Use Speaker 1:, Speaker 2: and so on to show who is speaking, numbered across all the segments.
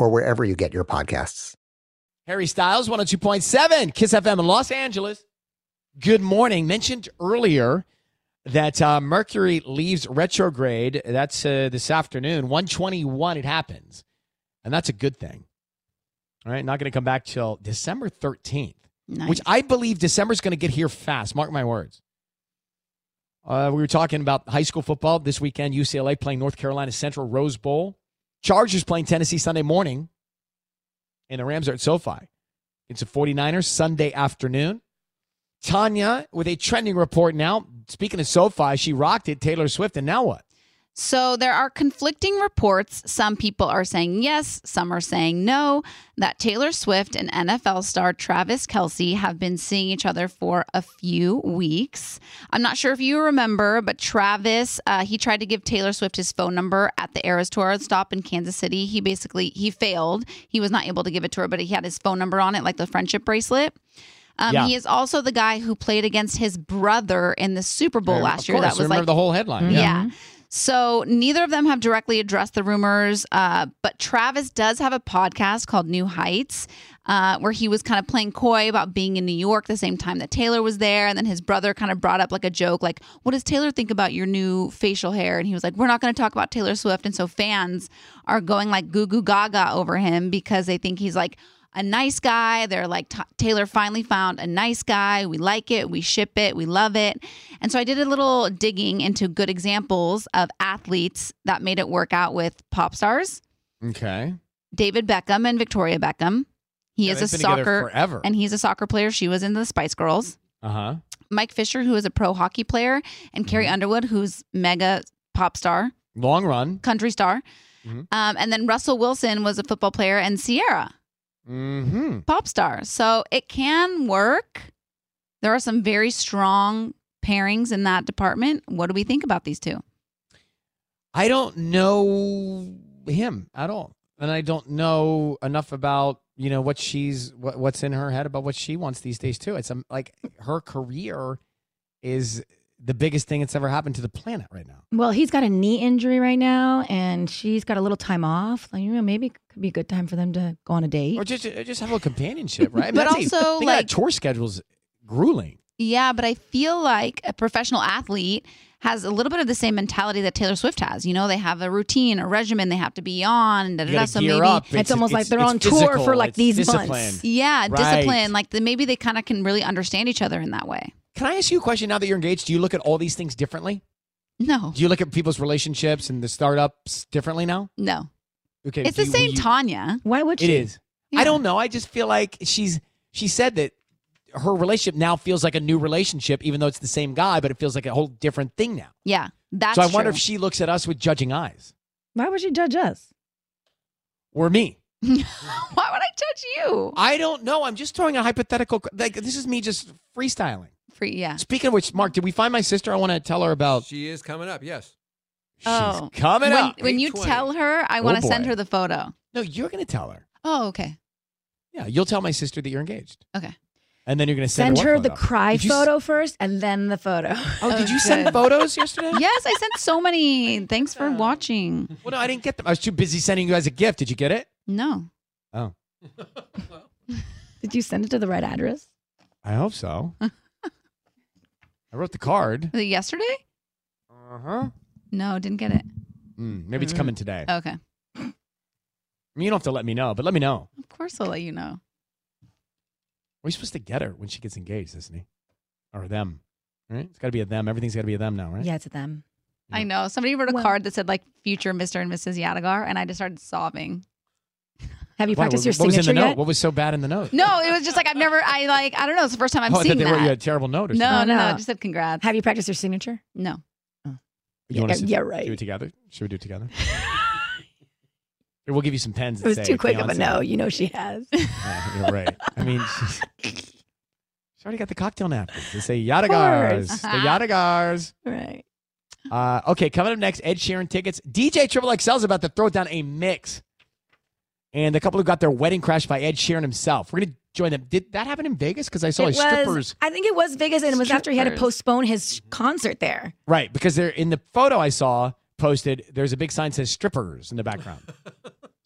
Speaker 1: or wherever you get your podcasts.
Speaker 2: Harry Styles, 102.7, Kiss FM in Los Angeles. Good morning. Mentioned earlier that uh, Mercury leaves retrograde. That's uh, this afternoon, 121 it happens. And that's a good thing. All right, not going to come back till December 13th,
Speaker 3: Nice.
Speaker 2: which I believe December's going to get here fast. Mark my words. Uh, we were talking about high school football this weekend. UCLA playing North Carolina Central Rose Bowl. Chargers playing Tennessee Sunday morning. And the Rams are at SoFi. It's a 49ers Sunday afternoon. Tanya with a trending report now. Speaking of SoFi, she rocked it, Taylor Swift. And now what?
Speaker 4: So there are conflicting reports. Some people are saying yes, some are saying no, that Taylor Swift and NFL star Travis Kelsey have been seeing each other for a few weeks. I'm not sure if you remember, but Travis, uh, he tried to give Taylor Swift his phone number at the Eras Tour stop in Kansas City. He basically, he failed. He was not able to give it to her, but he had his phone number on it, like the friendship bracelet. Um,
Speaker 2: Yeah.
Speaker 4: He is also the guy who played against his brother in the Super Bowl
Speaker 2: Of
Speaker 4: last year.
Speaker 2: course,
Speaker 4: That
Speaker 2: remember
Speaker 4: was like Mm-hmm.
Speaker 2: the whole headline.
Speaker 4: yeah. So neither of them have directly addressed the rumors, uh, but Travis does have a podcast called New Heights, uh, where he was kind of playing coy about being in New York the same time that Taylor was there, and then his brother kind of brought up like a joke, like, "What does Taylor think about your new facial hair?" And he was like, "We're not going to talk about Taylor Swift," and so fans are going like goo goo gaga over him because they think he's like. A nice guy. They're like, "Ta- Taylor finally found a nice guy. We like it. We ship it. We love it. And so I did a little digging into good examples of athletes that made it work out with pop stars,
Speaker 2: Okay.
Speaker 4: David Beckham and Victoria Beckham. He
Speaker 2: Yeah,
Speaker 4: is a
Speaker 2: they've been together
Speaker 4: soccer
Speaker 2: forever.
Speaker 4: and he's a soccer player. She was in the Spice Girls.
Speaker 2: Uh huh.
Speaker 4: Mike Fisher, who is a pro hockey player, and Carrie
Speaker 2: Mm-hmm.
Speaker 4: Underwood, who's mega pop star,
Speaker 2: Long run.
Speaker 4: country star.
Speaker 2: Mhm.
Speaker 4: Um, and then Russell Wilson was a football player, and Sierra,
Speaker 2: Mm-hmm.
Speaker 4: pop star. So it can work. There are some very strong pairings in that department. What do we think about these two?
Speaker 2: I don't know him at all, and I don't know enough about you know what she's what, what's in her head about what she wants these days too. It's um, like her career is the biggest thing that's ever happened to the planet right now.
Speaker 5: Well, he's got a knee injury right now, and she's got a little time off. Like, you know, maybe it could be a good time for them to go on a date.
Speaker 2: Or just just have a companionship, right? I mean,
Speaker 4: But
Speaker 2: that's a-
Speaker 4: also,
Speaker 2: think about
Speaker 4: like-
Speaker 2: tour schedules, grueling.
Speaker 4: Yeah, but I feel like a professional athlete has a little bit of the same mentality that Taylor Swift has. You know, they have a routine, a regimen they have to be on. Da, da,
Speaker 2: You
Speaker 4: da,
Speaker 2: gotta
Speaker 4: so
Speaker 2: gear
Speaker 4: maybe,
Speaker 2: up.
Speaker 5: It's almost like they're on tour for, like,
Speaker 2: it's
Speaker 5: these
Speaker 2: discipline.
Speaker 5: months.
Speaker 4: yeah,
Speaker 2: Right.
Speaker 4: discipline. Like the, maybe they kind of can really understand each other in that way.
Speaker 2: Can I ask you a question? Now that you're engaged, do you look at all these things differently?
Speaker 4: No,
Speaker 2: Do you look at people's relationships and the startups differently now?
Speaker 4: no.
Speaker 2: Okay,
Speaker 4: It's
Speaker 2: do
Speaker 4: the
Speaker 2: you-
Speaker 4: same
Speaker 2: will you-
Speaker 4: Tanya.
Speaker 5: Why would
Speaker 2: It
Speaker 5: she?
Speaker 2: is. I
Speaker 4: Yeah.
Speaker 2: don't know. I just feel like she's. She said that her relationship now feels like a new relationship, even though it's the same guy, but it feels like a whole different thing now.
Speaker 4: Yeah, that's
Speaker 2: so I wonder if
Speaker 4: true.
Speaker 2: she looks at us with judging eyes
Speaker 5: Why would she judge us?
Speaker 2: or me.
Speaker 4: Why would I judge you?
Speaker 2: I don't know. I'm just throwing a hypothetical. Like this is me just freestyling.
Speaker 4: Free, yeah.
Speaker 2: Speaking of which, Mark, did we find my sister? I want to tell her about.
Speaker 6: She is coming up. Yes.
Speaker 2: She's
Speaker 4: Oh.
Speaker 2: coming
Speaker 4: When,
Speaker 2: up.
Speaker 4: when you
Speaker 6: 820.
Speaker 4: tell her, I
Speaker 2: Oh,
Speaker 4: want to send
Speaker 2: boy.
Speaker 4: her the photo.
Speaker 2: No, you're going to tell her.
Speaker 4: Oh, okay.
Speaker 2: Yeah, you'll tell my sister that you're engaged.
Speaker 4: Okay.
Speaker 2: And then you're going to send,
Speaker 5: Send her the
Speaker 2: what photo?
Speaker 5: cry
Speaker 2: Did you s-
Speaker 5: photo first and then the photo.
Speaker 2: Oh, did
Speaker 4: Oh,
Speaker 2: you send
Speaker 4: good.
Speaker 2: photos yesterday?
Speaker 4: Yes, I sent so many. Thanks for watching.
Speaker 2: Well, no, I didn't get them. I was too busy sending you guys a gift. Did you get it?
Speaker 4: No.
Speaker 2: Oh,
Speaker 5: Did you send it to the right address?
Speaker 2: I hope so. I wrote the card.
Speaker 4: Was it yesterday?
Speaker 2: Uh huh.
Speaker 4: No, didn't get it.
Speaker 2: Hmm, maybe it's coming today. I
Speaker 4: Okay.
Speaker 2: mean, you don't have to let me know, but let me know.
Speaker 4: Of course, I'll let you know.
Speaker 2: We're supposed to get her when she gets engaged, isn't he? Or them, right? It's got to be a them. Everything's got to be a them now, right?
Speaker 5: Yeah, it's them.
Speaker 4: I know. Somebody wrote a
Speaker 5: Well-
Speaker 4: card that said, like, future Mr. and Mrs. Yadigar, and I just started sobbing.
Speaker 5: Have you
Speaker 2: Why,
Speaker 5: practiced
Speaker 2: what,
Speaker 5: your
Speaker 2: what was in
Speaker 5: signature
Speaker 2: the note?
Speaker 5: yet?
Speaker 2: What was so bad in the note?
Speaker 4: No, it was just like, I've never, I like, I don't know. It's the first time I've
Speaker 2: oh, I
Speaker 4: seen
Speaker 2: thought they wrote you a
Speaker 4: that.
Speaker 2: terrible note or something.
Speaker 4: No, no, no.
Speaker 5: Oh,
Speaker 4: I
Speaker 5: no.
Speaker 4: just said congrats.
Speaker 5: Have you practiced your signature? Oh.
Speaker 4: no.
Speaker 2: You want
Speaker 5: yeah,
Speaker 2: to
Speaker 5: yeah,
Speaker 2: do it
Speaker 5: right.
Speaker 2: together? Should we do it together? Here, we'll give you some pens.
Speaker 5: It
Speaker 2: that
Speaker 5: was
Speaker 2: say
Speaker 5: too quick of a
Speaker 2: fiancé.
Speaker 5: no. You know she has.
Speaker 2: Yeah, you're right. I mean, she's, she already got the cocktail napkins. They say Yadagars.
Speaker 5: course.
Speaker 2: The Yadagars.
Speaker 5: right.
Speaker 2: Uh, okay, coming up next, Ed Sheeran tickets. DJ Triple XL is about to throw down a mix. And the couple who got their wedding crashed by Ed Sheeran himself. We're going to join them. Did that happen in Vegas? Because I saw
Speaker 5: it
Speaker 2: a strippers.
Speaker 5: was. I think it was Vegas, and it was after he had to
Speaker 4: Strippers.
Speaker 5: postpone his concert there.
Speaker 2: Right, because they're in the photo I saw posted, there's a big sign that says strippers in the background.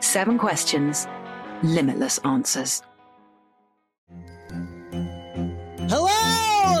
Speaker 7: Seven questions, limitless answers.
Speaker 8: Hello,